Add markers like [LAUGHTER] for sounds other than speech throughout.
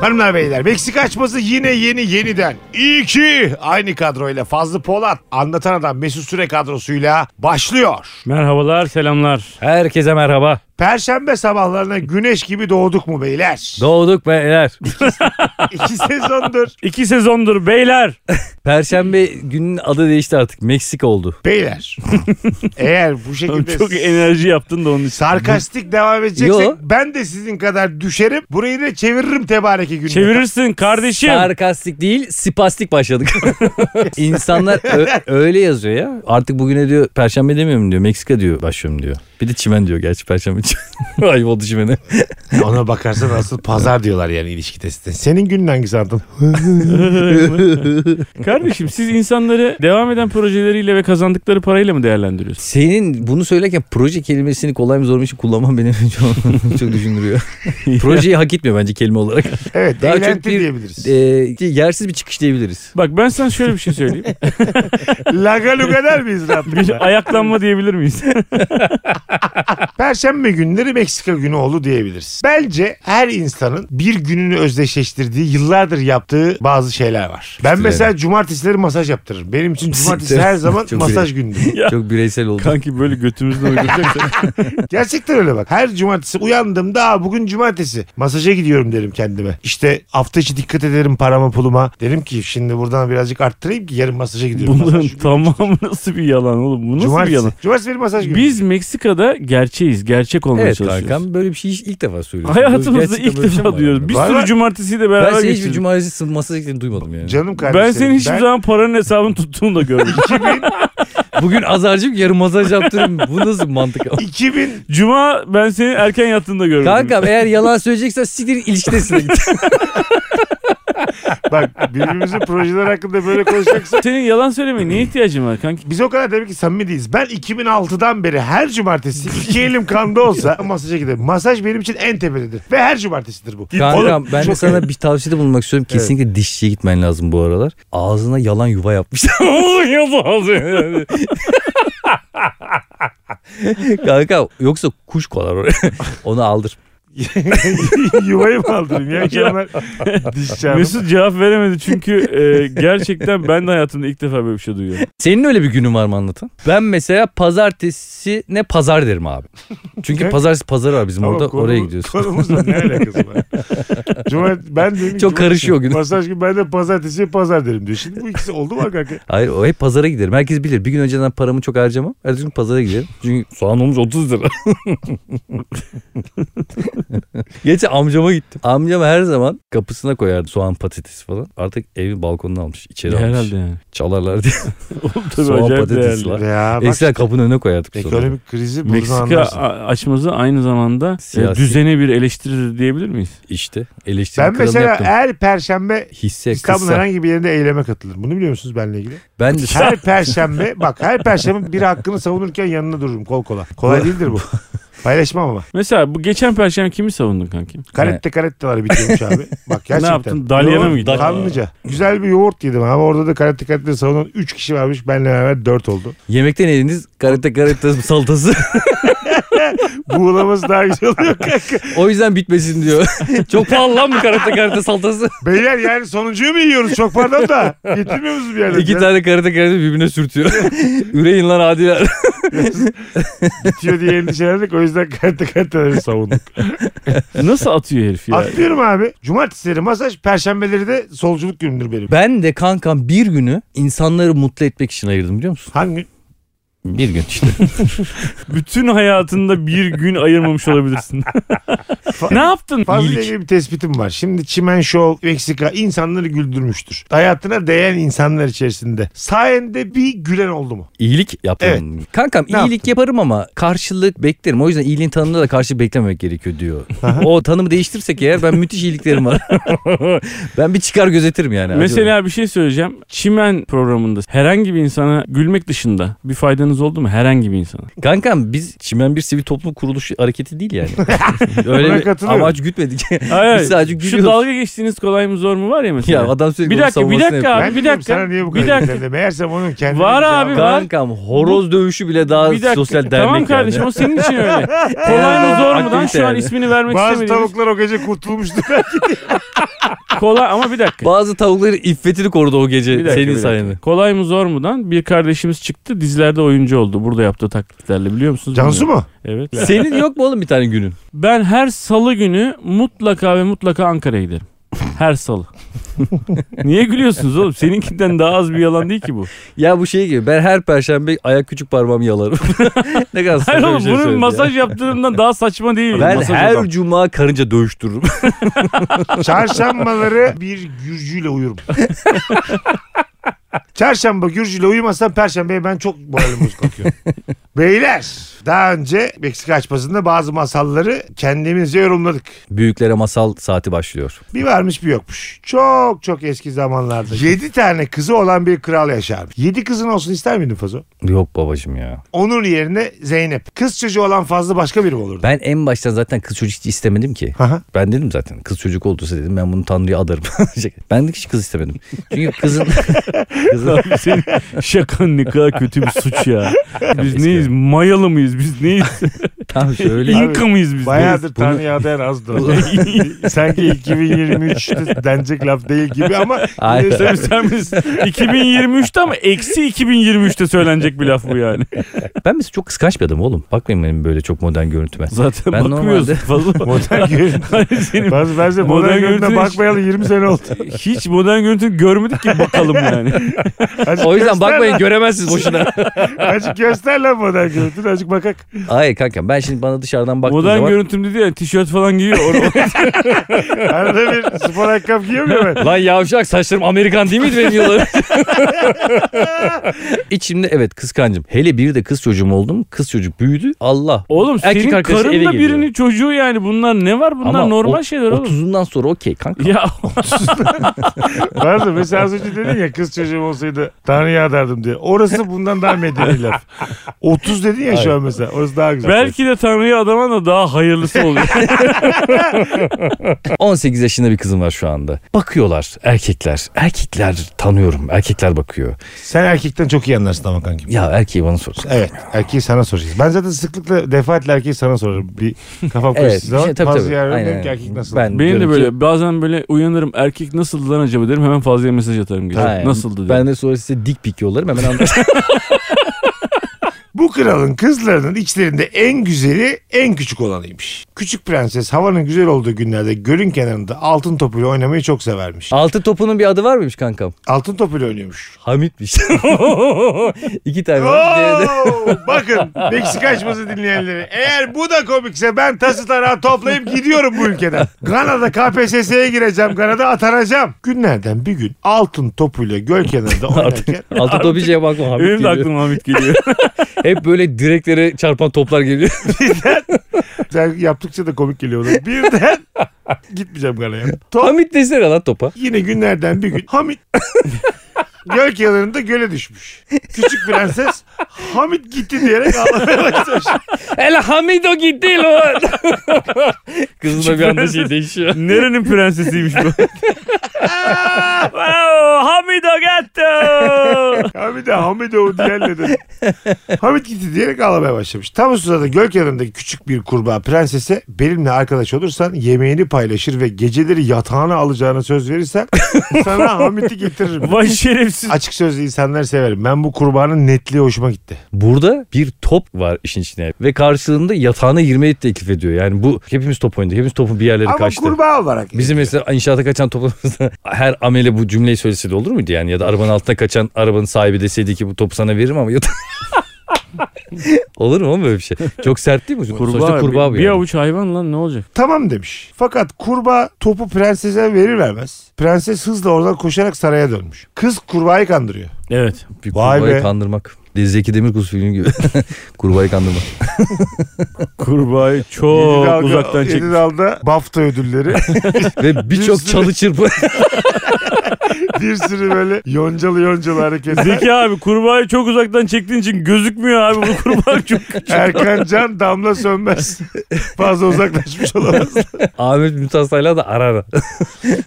Hanımlar beyler Meksika açması yine yeni yeniden. İyi ki aynı kadroyla Fazlı Polat anlatan adam Mesut Süre kadrosuyla başlıyor. Merhabalar, selamlar. Herkese merhaba. Perşembe sabahlarına güneş gibi doğduk mu beyler? Doğduk beyler. İki sezondur. İki sezondur [LAUGHS] beyler. Perşembe günün adı değişti artık. Meksika oldu. Beyler eğer bu şekilde Çok enerji yaptın da onun için. sarkastik devam edeceksek Yo. ben de sizin kadar düşerim. Burayı da çeviririm tebareki gününe. Çevirirsin kardeşim. Sarkastik değil, spastik başladık. İnsanlar ö- öyle yazıyor ya. Artık bugüne diyor Perşembe demiyorum diyor. Meksika diyor başlıyorum diyor. Bir de çimen diyor gerçi Perşembe. [LAUGHS] Ayıp oldu çimene. Ona bakarsan asıl pazar diyorlar yani ilişki testinde. Senin günün hangisi Anıl? [LAUGHS] kardeşim siz insanları devam eden projeleriyle ve kazandıkları parayla mı değerlendiriyorsunuz? Senin bunu söylerken proje kelimesini kolay mı zor mu için kullanman beni [LAUGHS] çok, çok düşündürüyor. Projeyi hak etmiyor bence kelime olarak. Evet Daha çok eğlenti bir- diyebiliriz. Ee, yersiz bir çıkış diyebiliriz. Bak ben sana şöyle bir şey [LAUGHS] söyleyeyim. Laga luga der miyiz Rabbim? Bir ayaklanma diyebilir [LAUGHS] miyiz? Perşembe günleri Meksika günü oldu diyebiliriz. Bence her insanın bir gününü özdeşleştirdiği, yıllardır yaptığı bazı şeyler var. Ben Öyle. mesela cumartesileri masaj yaptırırım. Benim için cumartesi her [LAUGHS] zaman Çok masaj gündür. Çok bireysel oldu. Kanki böyle [LAUGHS] götümüzle oynayacaksak. Gerçekten öyle bak. Her cumartesi uyandığımda "Aa, bugün cumartesi. Masaja gidiyorum derim kendime. İşte hafta içi dikkat ederim parama puluma. Derim ki şimdi buradan birazcık arttırayım ki yarın masaja gidiyorum. Bunların Masaj. tamamı nasıl bir yalan oğlum? Bu nasıl bir Cumartesi. yalan? Cumartesi benim masaj günü. Biz Meksika'da gerçeğiz. Gerçek olmaya Evet çalışıyoruz. kankam böyle bir şey hiç- ilk defa söylüyorsun. Hayatımızda Gerçekten ilk böyle bir şey mi defa var duyuyoruz. yani? Bir Var sürü var. cumartesiyi de Ben beraber seni hiçbir geçirdik. cumartesi masaj eklerini duymadım yani. Canım kardeşim. Ben senin hiçbir zaman paranın hesabını tuttuğunu da [LAUGHS] görmedim. Bugün azarcım yarın masaj yaptırırım. Bu nasıl mantık? 2000 Cuma ben seni erken yattığında gördüm. Kankam eğer yalan söyleyeceksen siktir ilişkidesine git. bak birbirimizin projeler hakkında böyle konuşacaksak [LAUGHS] Senin yalan söylemeye niye ihtiyacın var [LAUGHS] kanki? Biz o kadar demek ki samimi değiliz. Ben 2006'dan beri her cumartesi iki elim kanda olsa [LAUGHS] masaja giderim. Masaj benim için en tepededir. Ve her cumartesidir bu. Kankam ben de çok- sana bir tavsiyede bulunmak istiyorum. Kesinlikle dişçiye gitmen lazım bu aralar. Ağzına yalan yuva yapmışlar. [LAUGHS] Kanka yoksa kuş kolar oraya. [LAUGHS] Onu aldır. [LAUGHS] Yuvayı mı aldırayım ya? Kemal diş çağırdım. [LAUGHS] Mesut cevap veremedi çünkü e, gerçekten ben de hayatımda ilk defa böyle bir şey duyuyorum. Senin öyle bir günün var mı anlatan? Ben mesela pazartesi ne pazar derim abi. Çünkü Ne? pazartesi pazarı var bizim Tamam, orada konu- oraya gidiyorsun. Konumuzla [LAUGHS] ne alakası var? Cuma, ben dedim ki Çok karışıyor gün. Masaj gibi ben de pazartesi pazar derim diyor. Şimdi bu ikisi oldu mu kanka? [LAUGHS] Hayır o hep pazara giderim. Herkes bilir. Bir gün önceden paramı çok harcamam. Ertesi gün pazara giderim. Çünkü soğan olmuş [LAUGHS] 30 lira. Geçen amcama gittim. Amcam her zaman kapısına koyardı soğan patatesi falan. Artık evi balkonuna almış. içeri almış. Herhalde yani. Çalarlar diye. Şey Oğlum tabii Soğan acayip patatesi değerli. var. Ya bak Ekstra kapının önüne koyardık. sonra. ekonomik krizi buradan Meksika anlarsın. a- açması aynı zamanda e, Siyasi. düzene bir eleştiridir diyebilir miyiz? İşte eleştiri Ben kralını mesela yaptım. her perşembe Hisse İstanbul'un kıssa. herhangi bir yerinde eyleme katılırım. Bunu biliyor musunuz benimle ilgili? Ben de Her perşembe bak her perşembe biri hakkını savunurken yanına dururum kol kola. Kolay değildir bu. Paylaşmam ama. Mesela bu geçen perşembe kimi savundun kanki? Karette karette var bitirmiş abi. Bak gerçekten. yaptın? Dalyan'a mı Yoğurt- gittin? Kanlıca. Güzel bir yoğurt yedim ama orada da karette karette savunan 3 kişi varmış. Benle beraber 4 oldu. [LAUGHS] yemekten eliniz karate karate salatası. Buğulaması daha güzel oluyor kanka. [LAUGHS] o yüzden bitmesin diyor. [LAUGHS] çok pahalı lan bu karate karate [LAUGHS] salatası. Beyler yani sonuncuyu mu yiyoruz? Çok pardon da. Getirmiyor musunuz bir yerden? İki Biraz tane karate karate birbirine [LAUGHS] sürtüyor. Üreyin lan adiler. Bitiyor diye endişelendik. O yüzden karette karetteleri savunduk. Nasıl atıyor herif [LAUGHS] ya? Atlıyorum abi. Cumartesileri masaj, perşembeleri de solculuk günüdür benim. Ben de kankam bir günü insanları mutlu etmek için ayırdım biliyor musun? Hangi? Bir gün işte. Bütün hayatında bir gün ayırmamış olabilirsin. [LAUGHS] ne yaptın? Fazla İyilik. ilgili bir tespitim var. Şimdi çimen şov, Meksika insanları güldürmüştür. Hayatına değen insanlar içerisinde. Sayende bir gülen oldu mu? [LAUGHS] İyilik yaptım. Kankam Ne iyilik yaparım ama karşılık beklerim. O yüzden iyiliğin tanımında da karşılık beklememek gerekiyor diyor. o tanımı değiştirsek eğer ben müthiş iyiliklerim var. ben bir çıkar gözetirim yani. Mesela bir şey söyleyeceğim. Çimen programında herhangi bir insana gülmek dışında bir faydanız ihtiyacınız oldu mu herhangi bir insana? Kankam biz Çimen bir sivil toplum kuruluşu hareketi değil yani. Buna Öyle bir katılıyorum. amaç gütmedik. Hayır, Biz sadece Şu gülüyoruz. dalga geçtiğiniz kolay mı zor mu var ya mesela. [LAUGHS] ya adam sürekli Bir onun dakika, bir savunmasını dakika. yapıyor. Abi ben bir diyorum, dakika, Sana niye bu bir kadar dakla. yüklendi? Meğersem onun kendi Var cevabı- abi, var. Kankam horoz dövüşü bile daha Bir dakika. sosyal dernek tamam yani. [LAUGHS] kardeşim o senin için öyle. kolay mı zor mu lan Aktivite şu an yani. ismini vermek Bazı istemediğimiz. tavuklar o gece kurtulmuştu. Kolay ama bir dakika. Bazı tavukları iffetini korudu o Bir gece dakika, bir senin dakika. sayende. Kolay mı zor mu'dan bir kardeşimiz çıktı dizilerde oyuncu oldu. Burada yaptığı taklitlerle biliyor [LAUGHS] musunuz? Cansu mu? Bilmiyorum. Evet. Senin yok mu oğlum bir tane günün? Ben her salı günü mutlaka ve mutlaka Ankara'ya giderim. Her [LAUGHS] salı. Niye gülüyorsunuz oğlum? Seninkinden daha az bir yalan değil ki bu. Ya bu şey gibi ben her perşembe ayak küçük parmağımı yalarım. [LAUGHS] ne kadar saçma Hayır oğlum bir şey bunun söyledim ya. masaj yaptığımdan daha saçma değil. mi? Ben Masaj her yapan. cuma karınca dövüştürürüm. [LAUGHS] Çarşambaları bir gürcüyle [LAUGHS] uyurum. Çarşamba gürcüyle uyumasam perşembeye ben çok moralim bozuk [LAUGHS] kalkıyor. Beyler daha önce Meksika açmasında bazı masalları kendimizce yorumladık. Büyüklere masal saati başlıyor. Bir varmış bir yokmuş. Çok çok eski zamanlarda. 7 tane kızı olan bir kral yaşarmış. 7 kızın olsun ister miydin Fazo? Yok babacım ya. Onun yerine Zeynep. Kız çocuğu olan fazla başka biri mi olurdu? Ben en baştan zaten kız çocuk hiç istemedim ki. Aha. Ben dedim zaten kız çocuk olduysa dedim ben bunu Tanrı'ya adarım. [LAUGHS] ben de hiç kız istemedim. Çünkü [LAUGHS] kızın... kızın Abi senin şakan ne kadar kötü bir suç ya. Biz eski neyiz? Mayalı mıyız biz? Neyiz? tam şöyle... İnka mıyız biz? Bayağıdır Tanrı'ya adayan azdır. o. [LAUGHS] Sanki [LAUGHS] 2023'te denecek laf değil gibi ama Aynen. Tabii [LAUGHS] sen biz 2023'te ama eksi 2023'te söylenecek bir laf bu yani. Ben mesela çok kıskanç bir adamım oğlum. Bakmayın benim böyle çok modern görüntüme. [LAUGHS] Zaten Ben bakmıyorsun normalde- [LAUGHS] fazla. modern görüntü. [LAUGHS] Hani senin Bazı benzer Modern modern görüntüne görüntüne hiç- bakmayalı 20 sene [LAUGHS] oldu. hiç modern görüntü görmedik ki bakalım yani. Azıcık O yüzden göster bakmayın lan. [LAUGHS] göremezsiniz boşuna. Azıcık göster lan modern görüntünü. Azıcık bakak. Hayır kanka ben şimdi bana dışarıdan baktığın modern zaman... görüntüm dedi ya tişört falan giyiyor. Or- Arada bir spor ayakkabı giyiyor muyum ben? Lan yavşak saçlarım Amerikan değil miydi benim yıllarım? [LAUGHS] İçimde evet kıskancım. Hele bir de kız çocuğum oldu mu kız çocuk büyüdü Allah. [LAUGHS] oğlum Erkek senin arkadaşı karın eve da geliyor. birinin çocuğu yani bunlar ne var bunlar Ama normal o- şeyler oğlum. 30'undan sonra okey [LAUGHS] kanka. Ya Bazı mesela az önce dedin ya kız çocuğum olsaydı Tanrı'ya adardım diye. Orası bundan daha medeni laf. 30 dedin ya şu an mesela. Orası daha güzel. belki de Tanrı'ya adama da daha hayırlısı [LAUGHS] oluyor. 18 yaşında bir kızım var şu anda. Bakıyorlar erkekler. Erkekler tanıyorum. Erkekler bakıyor. Sen erkekten çok iyi anlarsın ama kankim. Ya erkeği bana sorsun. Evet. Erkeği sana soracağız. Ben zaten sıklıkla defaatle erkeği sana sorarım. Bir kafam Evet, karıştığı zaman şey- tabii, bazı tabii. yerlerde Aynen, derim ki aynen. erkek nasıl? Ben- Benim de Diyorum böyle bazen böyle uyanırım erkek nasıldı lan acaba derim hemen fazlaya mesaj atarım. gece. [LAUGHS] Hayır. Nasıldı diye. Ben de sonra size dik pik yollarım hemen [LAUGHS] anlarsın. Bu kralın kızlarının içlerinde en güzeli en küçük olanıymış. Küçük prenses havanın güzel olduğu günlerde gölün kenarında altın topuyla oynamayı çok severmiş. Altı topunun bir adı var mıymış kankam? Altın topuyla oynuyormuş. Hamitmiş. [LAUGHS] İki tane var. diğeri de- Oo, [LAUGHS] bakın Meksika açması dinleyenleri. Eğer bu da komikse ben tası tarağı toplayıp gidiyorum bu ülkeden. Gana'da KPSS'ye gireceğim. Gana'da atanacağım. Günlerden bir gün altın topuyla göl kenarında oynarken [LAUGHS] Altı topu şey bakma Hamit Benim de geliyor. aklıma Hamit [LAUGHS] geliyor. Hep böyle direklere çarpan toplar geliyor. Sen yaptıkça da komik geliyor. ona. Birden gitmeyeceğim Gana'ya. Top Hamit desene lan topa. Yine günlerden bir gün Hamit göl kenarında göle düşmüş. Küçük prenses Hamit gitti diyerek ağlamaya başlamış. El Hamido gitti [LAUGHS] lan. Kızın da bir anda şey değişiyor. Nerenin prensesiymiş bu? [LAUGHS] wow, Hamido Gatto. Hamit de Hamit o diyenle dedi. Hamit gitti diyerek ağlamaya başlamış. Tam o sırada göl kenarındaki küçük bir kurbağa prensese benimle arkadaş olursan yemeğini paylaşır ve geceleri yatağına alacağına söz verirsen sana Hamit'i getiririm. Vay şerefsiz. Açık sözlü insanlar severim. Ben bu kurbağanın netliği hoşuma gitti. [LAUGHS] Burada bir top var işin içine. Ve karşılığında yatağına girmeyi teklif ediyor. Yani bu hepimiz top oynadık. Hepimiz topun bir yerleri Ama kaçtı. kurbağa olarak. Bizim mesela inşaata kaçan toplarımızda [LAUGHS] her amele bu cümleyi söyleseydi olur muydu yani? Ya da arabanın altına kaçan arabanın sahibi deseydi ki bu topu sana veririm ama yata- [LAUGHS] olur mu oğlum böyle bir şey? Çok sert değil mi? Sonuçta kurbağa bu bir, yani. avuç hayvan lan ne olacak? Tamam demiş. Fakat kurbağa topu prensese verir vermez. Prenses hızla oradan koşarak saraya dönmüş. Kız kurbağayı kandırıyor. Evet. Bir Vay kurbağayı be. kandırmak. Zeki Demirkuz filmi gibi. [LAUGHS] kurbağayı [LAUGHS] kandırmak. Kurbağayı Yedi çok dalga- uzaktan çek. Yedi dalda BAFTA ödülleri. Ve birçok çalı çırpı. bir sürü böyle yoncalı yoncalı hareketler. Zeki abi kurbağayı çok uzaktan çektiğin için gözükmüyor abi bu [LAUGHS] kurbağa çok. Erkan Can damla sönmez. Fazla uzaklaşmış olamaz. [LAUGHS] Ahmet Mütastay'la da [LAUGHS] arar.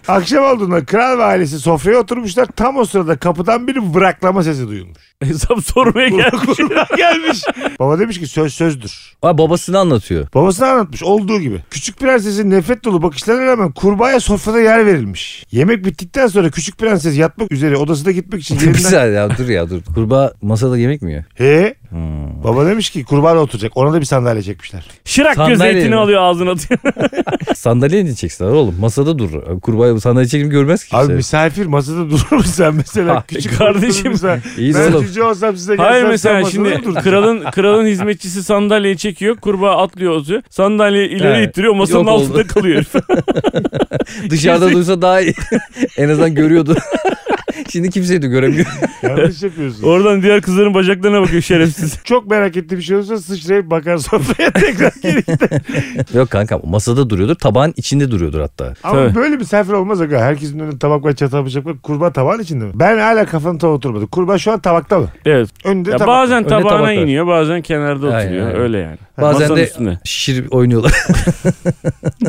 Akşam olduğunda kral ve ailesi sofraya oturmuşlar. Tam o sırada kapıdan bir bıraklama sesi duyulmuş. Hesap sormaya gelmiş. Gelmiş. Baba demiş ki söz sözdür. Aa, babasını anlatıyor. Babasına anlatmış olduğu gibi. Küçük prensesin nefret dolu bakışlarına rağmen kurbağaya sofrada yer verilmiş. Yemek bittikten sonra küçük prenses yatmak üzere odasına gitmek [LAUGHS] için bir yerinden... saniye ya dur ya dur. Kurbağa masada yemek mi yiyor? He? Hmm. Baba demiş ki kurbağa da oturacak. Ona da bir sandalye çekmişler. Şırak göz Sandalye etini mi? alıyor ağzına atıyor. Sandalyeye ne çeksinler oğlum? Masada dur. Kurbağayı sandalye çekip görmez ki kimse. Abi misafir masada durur mu sen mesela? Ay, Küçük kardeşim. Mesela. İyi Ben [LAUGHS] oğlum. cüce olsam size gelsem Hayır sen mesela masada şimdi mı duracaksın? kralın kralın hizmetçisi sandalyeyi çekiyor. Kurbağa atlıyor oturuyor. Sandalyeyi ileri Evet. ittiriyor masanın Yok oldu. altında kalıyor. [LAUGHS] herif. Dışarıda duysa daha iyi. [LAUGHS] en azından görüyordu. [LAUGHS] Şimdi kimseyi de [LAUGHS] göremiyor. Yanlış yapıyorsun. Oradan diğer kızların bacaklarına bakıyor şerefsiz. [LAUGHS] Çok merak ettiğim bir şey olursa sıçrayıp bakar sofraya [LAUGHS] tekrar [LAUGHS] geri gider. Yok kanka masada duruyordur. Tabağın içinde duruyordur hatta. Ama Tabii. böyle misafir olmaz aga. Herkesin önünde tabak var çatal bıçak var. Kurbağa tabağın içinde mi? Ben hala kafam tam oturmadı. Kurbağa şu an tabakta mı? Evet. Önünde Ya tabak. bazen Önde tabağına tabak var. iniyor bazen kenarda Aynen, oturuyor. aynen. Öyle yani. Bazen Masanın de üstünde. şişirip oynuyorlar. [LAUGHS]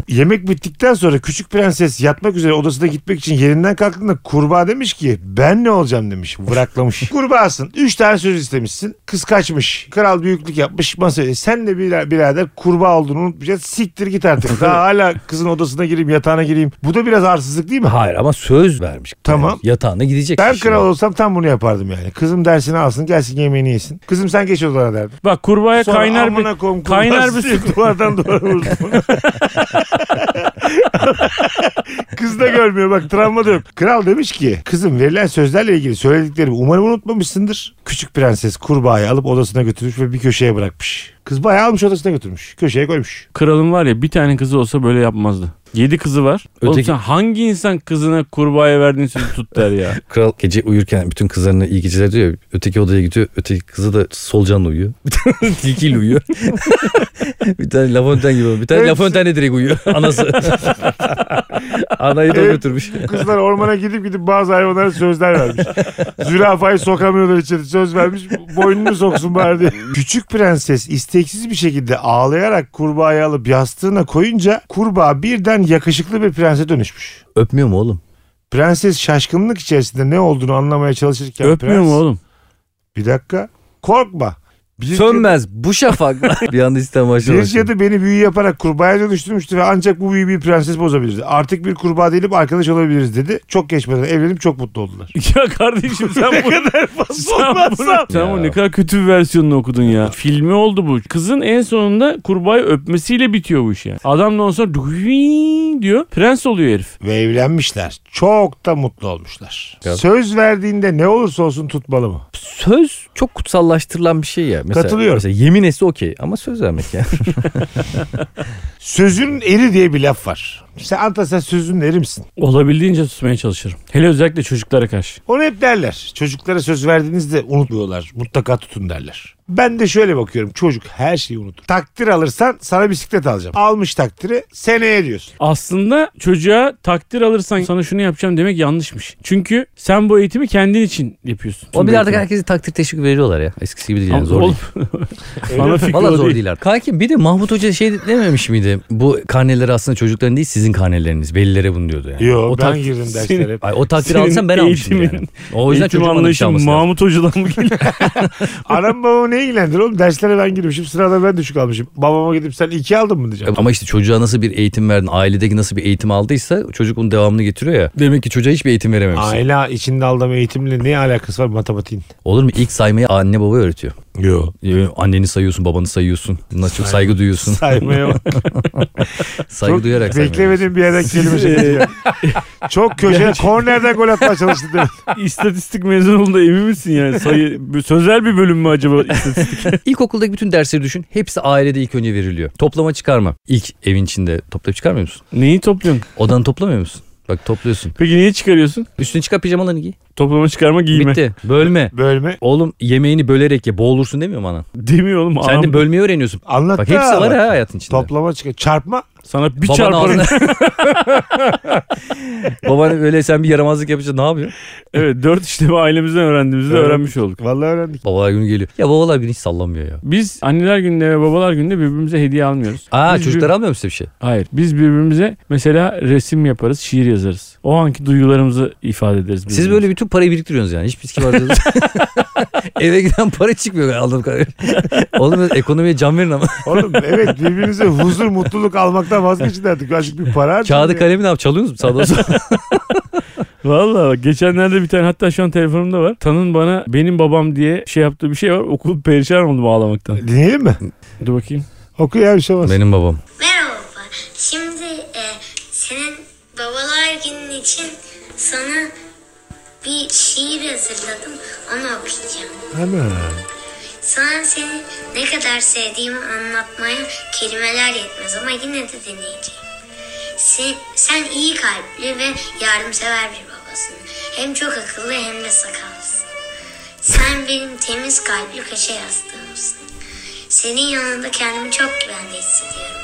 Yemek bittikten sonra küçük prenses yatmak üzere odasına gitmek için yerinden kalktığında kurbağa demiş ki ben ne olacağım demiş. Bıraklamış. Kurbağasın. Üç tane söz istemişsin. Kız kaçmış. Kral büyüklük yapmış. Masaya sen de bira- birader kurbağa olduğunu unutmayacaksın. Siktir git artık. Daha hala kızın odasına gireyim yatağına gireyim. Bu da biraz arsızlık değil mi? Hayır ama söz vermiş. Tamam. Yani yatağına gidecek. Ben Şimdi. kral olsam tam bunu yapardım yani. Kızım dersini alsın gelsin yemeğini yesin. Kızım sen geç odana derdim. Bak kurbağaya Sonra kaynar bir amına koyayım, [LAUGHS] kaynar kurbağası bir diye duvardan duvara [LAUGHS] vursun. Kız da görmüyor bak travma da yok. Kral demiş ki kızım verilen sözlerle ilgili söylediklerimi umarım unutmamışsındır. Küçük prenses kurbağayı alıp odasına götürmüş ve bir köşeye bırakmış. Kız bayağı almış odasına götürmüş. Köşeye koymuş. Kralın var ya bir tane kızı olsa böyle yapmazdı. Yedi kızı var. Oğlum Öteki- sen hangi insan kızına kurbağaya verdiğin sözü tut der ya. Kral gece uyurken bütün kızlarına iyi geceler diyor. ya, Öteki odaya gidiyor. Öteki kızı da solcanla uyuyor. [LAUGHS] Bir tane tilkiyle uyuyor. [LAUGHS] bir tane lafonten gibi. Bir tane Hepsi- lafontenle direkt uyuyor. [LAUGHS] Anası. Anayı da Evet. götürmüş. Kızlar ormana gidip gidip bazı hayvanlara sözler vermiş. Zürafayı sokamıyorlar içeri söz vermiş. Boynunu soksun bari diye. Küçük prenses isteksiz bir şekilde ağlayarak kurbağayı alıp yastığına koyunca kurbağa birden yakışıklı bir prense dönüşmüş. Öpmüyor mu oğlum? Prenses şaşkınlık içerisinde ne olduğunu anlamaya çalışırken Öpmüyor prens, mu oğlum? [LAUGHS] Bir dakika korkma. Bir Sönmez bu şafak. [LAUGHS] bir anda İstanbul cadı- başladı. Bir cadı beni büyü yaparak kurbağaya dönüştürmüştü ve ancak bu büyüyü bir prenses bozabilirdi. Artık bir kurbağa değilim arkadaş olabiliriz dedi. Çok geçmeden evlenip çok mutlu oldular. Ya kardeşim sen bu... sen bunu, sen bu Ya. ne kadar kötü bir versiyonunu okudun ya. Filmi oldu bu. Kızın en sonunda kurbağayı öpmesiyle bitiyor bu iş yani. Adam da ondan sonra "Duhuii" diyor. Prens oluyor herif. ve evlenmişler. Çok da mutlu olmuşlar. Ya. Söz verdiğinde ne olursa olsun tutmalı mı? Söz çok kutsallaştırılan bir şey ya. Mesela, Katılıyorum. Mesela yemin etse okey ama söz vermek [LAUGHS] ya. Sözün eri diye bir laf var. İşte Anta sen sözün eri misin? Olabildiğince tutmaya çalışırım. Hele özellikle çocuklara karşı. Onu hep derler. Çocuklara söz verdiğinizde unutmuyorlar. Mutlaka tutun derler. Ben de şöyle bakıyorum. Çocuk her şeyi unutur. Takdir alırsan sana bisiklet alacağım. Almış takdiri seneye diyorsun. Aslında çocuğa takdir alırsan sana şunu yapacağım demek yanlışmış. Çünkü sen bu eğitimi kendin için yapıyorsun. o bir artık herkese takdir teşvik veriyorlar ya. Eskisi gibi değil yani zor Oğlum, değil. bana fikri Valla o zor değil. değil artık. Kanki bir de Mahmut Hoca şey dememiş miydi? Bu karneler aslında çocukların değil sizin karneleriniz. Velilere bunu diyordu yani. Yo o ben tak- girdim senin- [LAUGHS] derslere. hep. Ay, o takdiri Senin alsam ben almışım eğitimin- yani. O yüzden Eğitim çocuğum anlayışı anlayışı şey alması lazım. Mahmut Hoca'dan mı geliyor? Anam babamı ne ilgilendirir oğlum? Derslere ben girmişim. Sırada ben düşük almışım. Babama gidip sen iki aldın mı diyeceğim. Ama işte çocuğa nasıl bir eğitim verdin, ailedeki nasıl bir eğitim aldıysa çocuk onun devamını getiriyor ya. Demek ki çocuğa hiçbir eğitim verememişsin. Aile içinde aldığım eğitimle ne alakası var matematiğin? Olur mu? İlk saymayı anne baba öğretiyor. Yo. Ee, Anneni sayıyorsun, babanı sayıyorsun. Bunlar çok [LAUGHS] saygı [LAUGHS] duyuyorsun. Saymaya bak. saygı Çok duyarak saymayı. Beklemediğim bir yerden kelime şey. Çok köşede kornerden gol atmaya çalıştı demin. İstatistik mezun olduğunda emin misin yani? Sayı, sözel bir bölüm mü acaba istatistik? İlkokuldaki bütün dersleri düşün. Hepsi ailede ilk önce veriliyor. Toplama çıkarma. İlk evin içinde toplayıp çıkarmıyor musun? Neyi topluyorsun? Odanı toplamıyor musun? Bak topluyorsun. Peki niye çıkarıyorsun? Üstüne çıkar pijamalarını giy. Toplama çıkarma giyme. [LAUGHS] Bitti. [LAUGHS] Bölme. Bölme. Oğlum yemeğini bölerek ye. Boğulursun demiyor mu anan? Demiyor oğlum. Sen Anam- de bölmeyi öğreniyorsun. Anlat Bak da hepsi var anlat. ha hayatın içinde. Toplama çıkıyor. Çarpma. Sana bir Baban çarparım. Baban öyle sen bir yaramazlık yapınca ne yapıyor? [LAUGHS] evet dört işlemi ailemizden öğrendiğimizi de Evet. öğrenmiş olduk. Vallahi öğrendik. Babalar günü geliyor. Ya babalar günü hiç sallamıyor ya. Biz anneler günde ve babalar günde birbirimize hediye almıyoruz. Aa Biz çocuklar almıyor musun bir şey? bir- Hayır. Biz birbirimize mesela resim yaparız, şiir yazarız. O anki duygularımızı ifade ederiz. Siz böyle bütün parayı biriktiriyorsunuz yani. Hiçbir şey harcadınız. [LAUGHS] Eve giden para çıkmıyor aldığım kadarıyla. Oğlum ekonomiye can verin ama. Oğlum evet birbirinize huzur mutluluk almaktan vazgeçin artık. Azıcık bir para harcayın Kağıdı ya. kalemi ne yap? Çalıyorsunuz mu [LAUGHS] sağdan sola? Valla bak, geçenlerde bir tane hatta şu an telefonumda var. Tanın bana benim babam diye şey yaptığı bir şey var. Okul perişan oldum ağlamaktan. Dinleyelim mi? Dur bakayım. Oku ya bir şey olmaz. Benim babam. Merhaba. Şimdi e, senin babalar günün için sana bir şiir hazırladım. Onu okuyacağım. Ana. Sana seni ne kadar sevdiğimi anlatmaya kelimeler yetmez ama yine de deneyeceğim. Sen, sen iyi kalpli ve yardımsever bir babasın. Hem çok akıllı hem de sakalsın. Sen benim temiz kalpli köşe yastığımsın. Senin yanında kendimi çok güvende hissediyorum.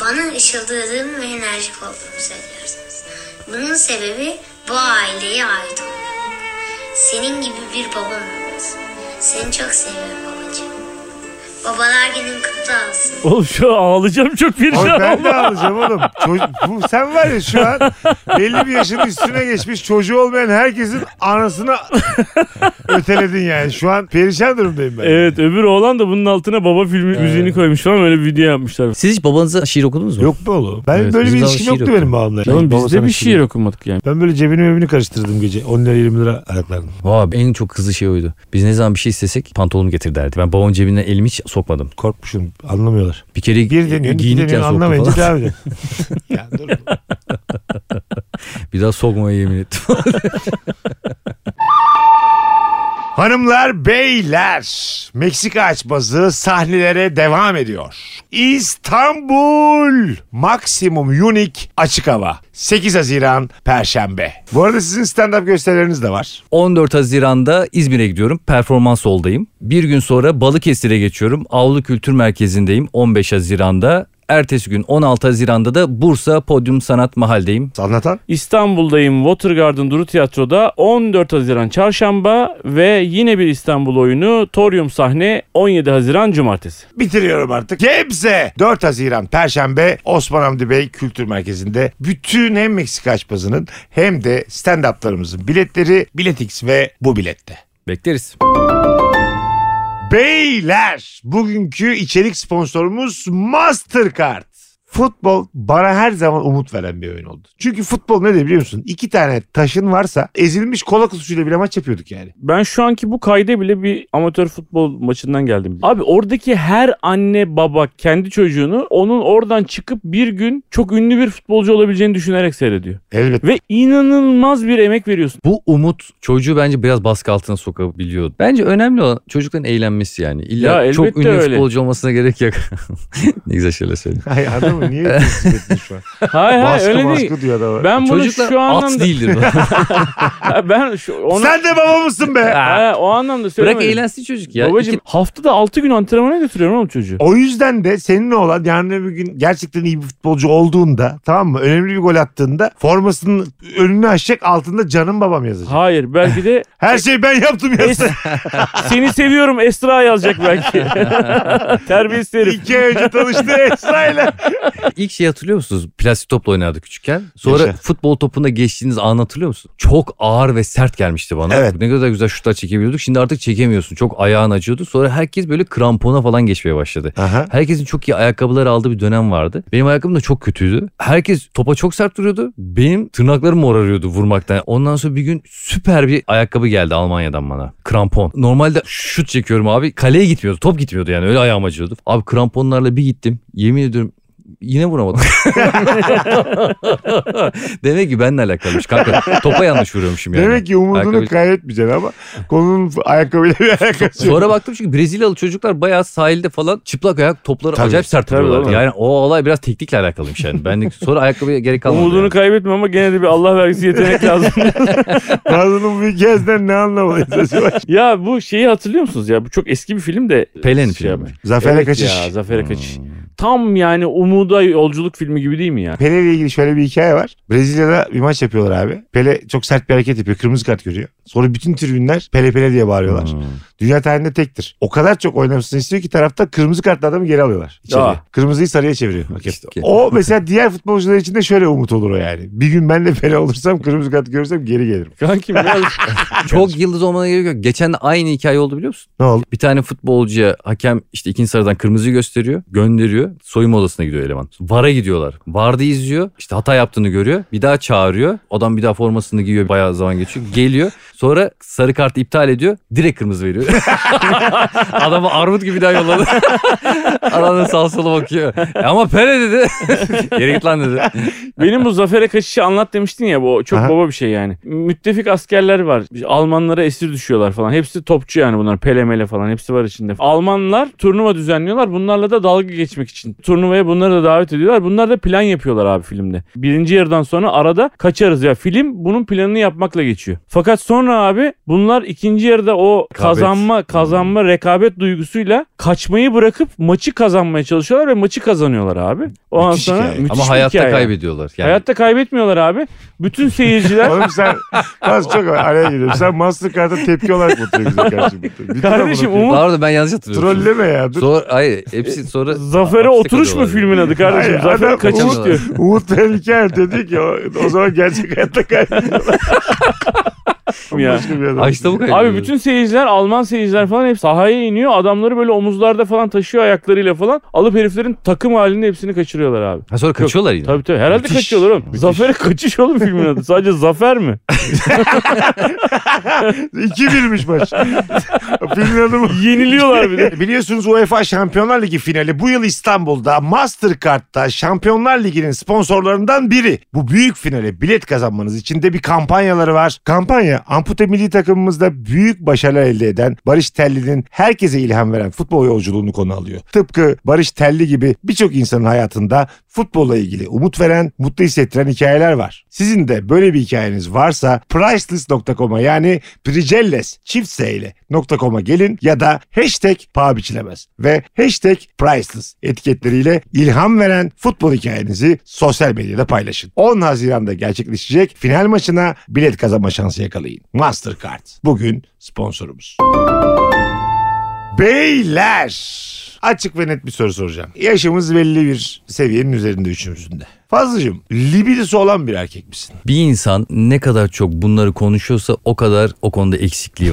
Bana ışıldadığın ve enerjik olduğunu söylüyorsunuz. Bunun sebebi bu aileye ait olmak. Senin gibi bir babam olmasın. Seni çok seviyorum babacığım. Babalar günün kutlu olsun. Oğlum şu an ağlayacağım çok Oğlum perişan ben oldum. de alacağım oğlum. Ço- bu, sen var ya şu an belli bir yaşın üstüne geçmiş çocuğu olmayan herkesin anasını öteledin yani. Şu an perişan durumdayım ben. Evet öbür oğlan da bunun altına baba filmi müziğini koymuş falan öyle bir video yapmışlar. Siz hiç babanıza şiir okudunuz mu? Yok be oğlum. Ben Evet, böyle bir bizde ama ilişkim şiir yoktu yok. benim babamla. Oğlum baba bizde sana bir şey şiir şiir okumadık yani. Ben böyle cebini mebini karıştırdım gece. 10 lira 20 lira ayaklardım. Vay, en çok hızlı şey oydu. Biz ne zaman bir şey istesek pantolon getir derdi. Ben babamın cebine elimi hiç sokmadım. Korkmuşum anlamıyorlar. Bir kere Bir deniyorsun iki giyinikken deniyorsun soktum anlamayınca falan. [LAUGHS] devam ediyorsun. ya dur. Bir daha sokmaya yemin ettim. [LAUGHS] Hanımlar, beyler. Meksika açmazı sahnelere devam ediyor. İstanbul Maximum Unique Açık Hava. 8 Haziran Perşembe. Bu arada sizin stand-up gösterileriniz de var. 14 Haziran'da İzmir'e gidiyorum. Performans oldayım. Bir gün sonra Balıkesir'e geçiyorum. Avlu Kültür Merkezi'ndeyim 15 Haziran'da. Ertesi gün 16 Haziran'da da Bursa Podyum Sanat Mahal'deyim. Anlatan. İstanbul'dayım Watergarden Duru Tiyatro'da 14 Haziran Çarşamba ve yine bir İstanbul oyunu Torium sahne 17 Haziran Cumartesi. Bitiriyorum artık. Gebze 4 Haziran Perşembe Osman Hamdi Bey Kültür Merkezi'nde bütün hem Meksika açmazının hem de stand-up'larımızın biletleri Biletix ve bu bilette. Bekleriz. Beyler bugünkü içerik sponsorumuz Mastercard. Futbol bana her zaman umut veren bir oyun oldu. Çünkü futbol ne de biliyor musun? İki tane taşın varsa ezilmiş kola kutusuyla bile maç yapıyorduk yani. Ben şu anki bu kayda bile bir amatör futbol maçından geldim. Abi oradaki her anne baba kendi çocuğunu onun oradan çıkıp bir gün çok ünlü bir futbolcu olabileceğini düşünerek seyrediyor. Elbet. Ve inanılmaz bir emek [LAUGHS] veriyorsun. Bu umut çocuğu bence biraz baskı altına sokabiliyor. Bence önemli olan çocukların eğlenmesi yani. İlla Ya çok elbette ünlü öyle. futbolcu olmasına gerek yok. [LAUGHS] ne güzel şeyler söyledin. Hay adamı niye teslim ettin şu an? Hayır hayır baskı [LAUGHS] öyle baskı değil. diyor adama. Ben bunu Çocuklar şu at anlamda... değildir. Ha, Ben şu, onu... Sen de baba mısın be? Ha, o anlamda söylemedim. Bırak eğlensin çocuk ya. Babacım İki- haftada 6 gün antrenmana götürüyorum oğlum çocuğu. O yüzden de senin olan yarın öbür gün gerçekten iyi bir futbolcu olduğunda tamam mı? Önemli bir gol attığında formasının önünü açacak altında canım babam yazacak. Hayır belki [LAUGHS] de Her şeyi ben yaptım yazacak. seni seviyorum Esra yazacak belki. [LAUGHS] Terbiyesiz herif. İki ay önce tanıştı Esra'yla. İlk şey hatırlıyor musunuz? Plastik topla oynardık küçükken. Sonra Yaşa. futbol topuna geçtiğiniz anı hatırlıyor musun? Çok ağır ve sert gelmişti bana. Evet. Ne kadar güzel şutlar çekebiliyorduk. Şimdi artık çekemiyorsun. Çok ayağın acıyordu. Sonra herkes böyle krampona falan geçmeye başladı. Aha. Herkesin çok iyi ayakkabılar aldığı bir dönem vardı. Benim ayakkabım da çok kötüydü. Herkes topa çok sert duruyordu. Benim tırnaklarım morarıyordu vurmaktan. Ondan sonra bir gün süper bir ayakkabı geldi Almanya'dan bana. Krampon. Normalde şut çekiyorum abi. Kaleye gitmiyordu. Top gitmiyordu yani. Öyle ayağım acıyordu. Abi kramponlarla bir gittim. Yemin ediyorum [LAUGHS] Yine vuramadım. [LAUGHS] Demek ki benimle alakalıymış kanka. Topa yanlış vuruyormuşum yani. Demek ki umudunu Ayakkabı- kaybetmeyeceksin ama konunun ayakkabıyla bir Şey- alakası yok. Sonra baktım çünkü Brezilyalı çocuklar bayağı sahilde falan çıplak ayak topları Tabii. acayip sert Tabii vuruyorlar. oğlum. Yani o olay biraz teknikle alakalıymış yani. Ben de sonra ayakkabıya gerek kalmadı. Umudunu yani. kaybetme ama gene de bir Allah vergisi yetenek [LAUGHS] lazım. Kadının bir gezden ne anlamalıyız acaba? [LAUGHS] ya bu şeyi hatırlıyor musunuz ya? Bu çok eski bir film de. Pelen Şey filmi. Hmm. yapmış. Zafer'e Evet kaçış. Ya, Zafer'e kaçış. Tam yani umuda yolculuk filmi gibi değil mi yani? Pele ile ilgili şöyle bir hikaye var. Brezilya'da bir maç yapıyorlar abi. Pele çok sert bir hareket yapıyor. Kırmızı kart görüyor. Sonra bütün tribünler Pele Pele diye bağırıyorlar. Hmm. Dünya tarihinde tektir. O kadar çok oynamasını istiyor ki tarafta kırmızı kartlı adamı geri alıyorlar. içeriye. Aa. Ah. Kırmızıyı sarıya çeviriyor. hakem. İşte. O mesela diğer futbolcular için de şöyle umut olur o yani. Bir gün ben de Pele olursam kırmızı kart görürsem geri gelirim. Kankim şey biraz Çok yıldız olmana gerek yok. Geçen de aynı hikaye oldu biliyor musun? Ne oldu? Bir tane futbolcuya hakem işte ikinci sarıdan kırmızı gösteriyor. Gönderiyor. Soyunma odasına gidiyor eleman. VAR'a gidiyorlar. VAR'da izliyor. İşte hata yaptığını görüyor. Bir daha çağırıyor. Adam bir daha formasını giyiyor. Bayağı zaman geçiyor. Geliyor. Sonra sarı kartı iptal ediyor. Direkt kırmızı veriyor. [LAUGHS] Adama armut gibi bir daha yolladı. [LAUGHS] Adam da sağ sola bakıyor. "E Ama Pele dedi. [LAUGHS] Geri git lan dedi. Benim bu zafere kaçışı anlat demiştin ya bu çok Aha. baba bir şey yani. Müttefik askerler var. Almanlara esir düşüyorlar falan. Hepsi topçu yani bunlar. Pele mele falan hepsi var içinde. Almanlar turnuva düzenliyorlar. Bunlarla da dalga geçmek için. Turnuvaya bunları da davet ediyorlar. Bunlar da plan yapıyorlar abi filmde. Birinci yarıdan sonra arada kaçarız ya. Film bunun planını yapmakla geçiyor. Fakat sonra abi bunlar ikinci yarıda o Hmm. kazanma kazanma rekabet duygusuyla kaçmayı bırakıp maçı kazanmaya çalışıyorlar ve maçı kazanıyorlar abi. Ondan Müthiş sonra hikaye. müthiş bir Ama hayatta hikaye. kaybediyorlar. Yani Hayatta kaybetmiyorlar abi. [LAUGHS] Bütün seyirciler Oğlum sen az çok araya giriyorum. Sen Mastercard'a tepki olarak mı tutuyorsun kardeşim? Bütün Kardeşim, amına koyayım. Umut- Pardon ben yanlış hatırlıyorum. Trolleme ya. Dur. Sonra, hayır hepsi sonra... Zafer'e Hapse oturuş mu koyuyorlar. filmin adı kardeşim? Hayır, Zafer adam- kaçış Umut- diyor. Umut Bey'in hikaye dedi ki o, o zaman gerçek hayatta kaybediyorlar. Ya. Başka bir adam. Açta bu kaybediyor. Abi bütün seyirciler Alman seyirciler falan hep sahaya iniyor. Adamları böyle omuzlarda falan taşıyor ayaklarıyla falan. Alıp heriflerin takım halinde hepsini kaçırıyorlar abi. Ha sonra kaçıyorlar yine. Tabii tabii. Herhalde Müthiş. kaçıyorlar oğlum. Zafer'e kaçış oğlum filmin adı. Sadece Zafer [LAUGHS] mi? 2-1'miş maç. Filmin adı bu. Yeniliyorlar bir [LAUGHS] de. Biliyorsunuz UEFA Şampiyonlar Ligi finali bu yıl İstanbul'da Mastercard'da Şampiyonlar Ligi'nin sponsorlarından biri. Bu büyük finale bilet kazanmanız için de bir kampanyaları var. Kampanya ampute milli takımımızda büyük başarılar elde eden Barış Terli'nin herkese ilham veren futbol yolculuğunu konu alıyor. Tıpkı Barış Terli gibi birçok insanın hayatında futbolla ilgili umut veren, mutlu hissettiren hikayeler var. Sizin de böyle bir hikayeniz varsa priceless.com'a yani Pricelles çift S ile .com'a gelin ya da hashtag paha biçilemez ve hashtag priceless etiketleriyle ilham veren futbol hikayenizi sosyal medyada paylaşın. 10 Haziran'da gerçekleşecek final maçına bilet kazanma şansı yakalayın. Mastercard bugün sponsorumuz. Beyler açık ve net bir soru soracağım. Yaşımız belli bir seviyenin üzerinde üçümüzün de. Fazlıcığım libidosu olan bir erkek misin? Bir insan ne kadar çok bunları konuşuyorsa o kadar o konuda eksikliği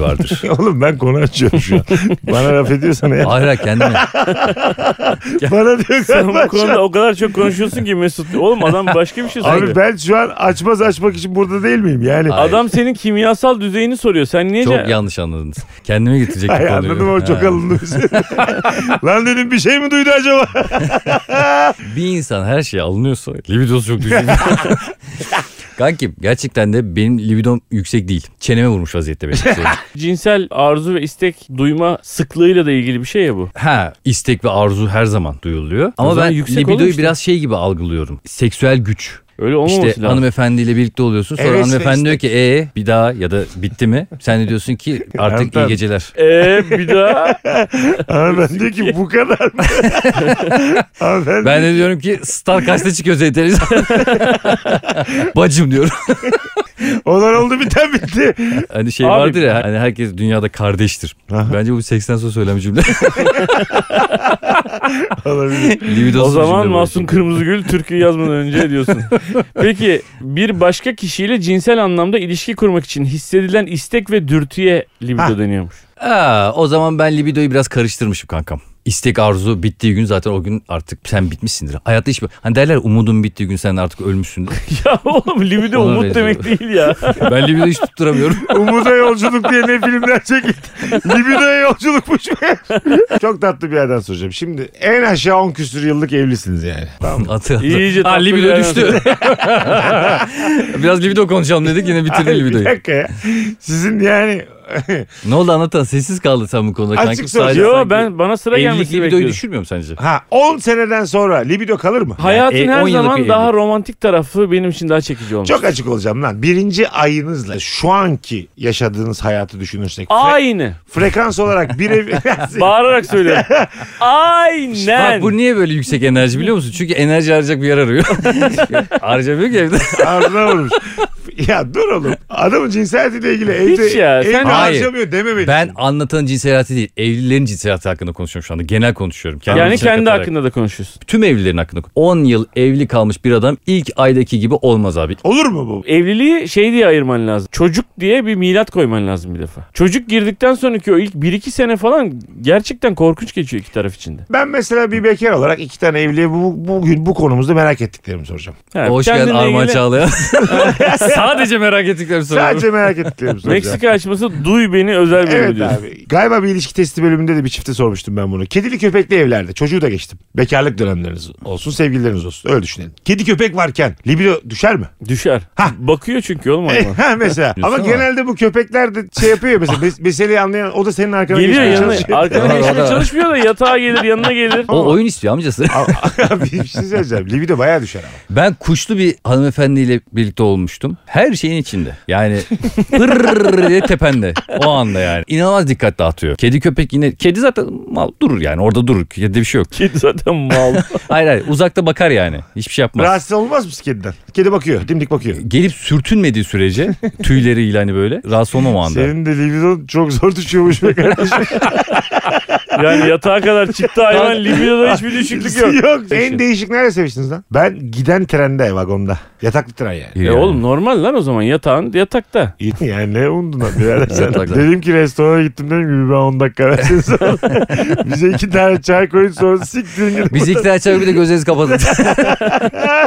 [LAUGHS] vardır. Oğlum ben konu açıyorum şu an. Bana laf ediyorsan ya. Hayır hayır, kendime. Bana diyor Sen galiba bu şu an- konuda o kadar çok konuşuyorsun ki Mesut. Oğlum adam başka bir şey söylüyor. Abi ben şu an açmaz açmak için burada değil miyim yani? Hayır. Adam senin kimyasal düzeyini soruyor. Sen niye Çok ce- yanlış anladınız. Kendime [LAUGHS] getirecek Ay, anladım o çok Ha. alındı bizi. Lan dedim bir şey mi duydu acaba? Bir insan her şeye alınıyorsa libidosu çok [LAUGHS] düşük. Kankim gerçekten de benim libidom yüksek değil. Çeneme vurmuş [LAUGHS] vaziyette benim. cinsel arzu ve istek duyma sıklığıyla da ilgili bir şey ya bu? ha istek ve arzu her zaman duyuluyor. Ama zaman ben yüksek libidoyu olur işte. biraz şey gibi algılıyorum. Seksüel güç. Öyle olmaması İşte lazım. hanımefendiyle birlikte oluyorsun. Sonra Evet, hanımefendi işte. diyor ki ee bir daha ya da bitti mi? Sen de diyorsun [LAUGHS] ki artık iyi Ertan. geceler. Ee, bir daha [LAUGHS] Hanımefendi diyor ki bu kadar mı? Hanımefendi Ben de diyorum ki Star kaçta çıkıyor senin televizyon? [LAUGHS] Bacım diyorum. onlar oldu biten bitti. Hani şey Abi- vardır ya hani herkes dünyada kardeştir. Aha. Bence bu 80 sonra söylem cümle. [LAUGHS] Olabilir. Libidosuz O zaman cümle bu. Masum Kırmızıgül türküyü yazmadan önce [LAUGHS] diyorsun. Peki bir başka kişiyle cinsel anlamda ilişki kurmak için hissedilen istek ve dürtüye libido Ha. deniyormuş. [LAUGHS] Aa, o zaman ben libidoyu biraz karıştırmışım kankam. İstek arzu bittiği gün zaten o gün artık sen bitmişsindir. Hayatta hiçbir... Hani derler umudun bittiği gün sen artık ölmüşsündür. [LAUGHS] ya oğlum libido Ona umut benziyor. demek değil [LAUGHS] ya. ben libidoyu hiç [LAUGHS] tutturamıyorum. Umuda yolculuk diye ne filmler çekildi. Libidoya yolculukmuş [LAUGHS] meğer. Çok tatlı bir yerden soracağım. Şimdi en aşağı 10 küsür yıllık evlisiniz yani. Tamam mı? Atı, atı. İyice ha, tatlı libido bir düştü. [LAUGHS] biraz libido konuşalım dedik yine bitirdi Hayır, bir libidoyu. dakika ya. Sizin yani Ne oldu anlatan sessiz kaldın sen bu konuda Açık kanki. soru. Sadece Yo sanki ben bana sıra Evlilik gelmesini libidoyu bekliyorum. düşürmüyor mu sence? Ha 10 seneden sonra libido kalır mı? Hayatın e, her 10 yıllık zaman bir daha evlilik. romantik tarafı benim için daha çekici olmuş. Çok açık olacağım lan. Birinci ayınızla şu anki yaşadığınız hayatı düşünürsek. fre- Aynı. frekans olarak [LAUGHS] [LAUGHS] birebir. Bağırarak söylüyorum. Aynen. Bak bu niye böyle yüksek enerji biliyor musun? Çünkü enerji harcayacak bir [LAUGHS] yer arıyor. Harcamıyor ki evde. Ağzına vurmuş. Ya dur oğlum. Adamın cinsiyetiyle ilgili evde, Hiç ya, sen- evde Hayır. harcamıyor dememelisin. Ben anlatanın cinsel hayatı değil, evlilerin cinsel hayatı hakkında konuşuyorum şu anda. Genel konuşuyorum. yani içine kendi katarak. hakkında da konuşuyorsun. Tüm evlilerin hakkında. 10 yıl evli kalmış bir adam ilk aydaki gibi olmaz abi. Olur mu bu? Evliliği şey diye ayırman lazım. Çocuk diye bir milat koyman lazım bir defa. Çocuk girdikten sonraki o ilk 1-2 sene falan gerçekten korkunç geçiyor iki taraf içinde. Ben mesela bir bekar olarak iki tane evliye bu, bugün bu konumuzda merak ettiklerimi soracağım. Ha, Hoş geldin kendinle Armağan ilgili [LAUGHS] Çağlayan. Sadece merak ettiklerimi soruyorum. Sadece merak [LAUGHS] ettiklerimi soracağım. Meksika açması duy beni özel bölümü Evet diyorsun. abi. Galiba bir ilişki testi bölümünde de bir çifte sormuştum ben bunu. Kedili köpekli evlerde. Çocuğu da geçtim. Bekarlık dönemleriniz olsun, sevgilileriniz olsun. Öyle düşünelim. Kedi köpek varken libido düşer mi? Düşer. Bakıyor çünkü oğlum [LAUGHS] hayvan. ha mesela. Ama Düşünsene. genelde bu köpekler de şey yapıyor ya mesela. mes- meseleyi anlayan o da senin arkana Geliyor geçmeye yanına. çalışıyor. Arkada Arada- geçmeye çalışmıyor da yatağa gelir [LAUGHS] yanına gelir. O oyun istiyor amcası. Abi bir şey söyleyeceğim. Libido bayağı düşer ama. Ben kuşlu bir hanımefendiyle birlikte olmuştum. Her şeyin içinde. Yani hırrrr diye tepende. O anda yani. İnanılmaz dikkat dağıtıyor. Kedi köpek yine. Kedi zaten mal durur yani. Orada durur. Kedi bir şey yok. Kedi zaten mal. Hayır hayır. Uzakta bakar yani. Hiçbir şey yapmaz. Rahatsız olmaz mısın kediden? Kedi bakıyor. Dimdik bakıyor. Gelip sürtünmediği sürece tüyleriyle hani böyle rahatsız olmam o anda. Senin de libidon çok zor düşüyormuş be kardeşim. [LAUGHS] Yani yatağa kadar çıktı [LAUGHS] hayvan libidoda hiçbir düşüklük yok. En değişik nerede seviştiniz lan? Ben giden trende vagonda. Yataklı tren yani. E Yani. oğlum normal lan o zaman yatağın yatakta. Yani ne umdun lan birader sen? Yataklı. dedim ki restorana gittim dedim ki bir ben 10 dakika verseniz Bize iki tane çay koyun sonra siktirin gidin. Biz ilk açar bir de [LAUGHS] gözlerinizi kapatın.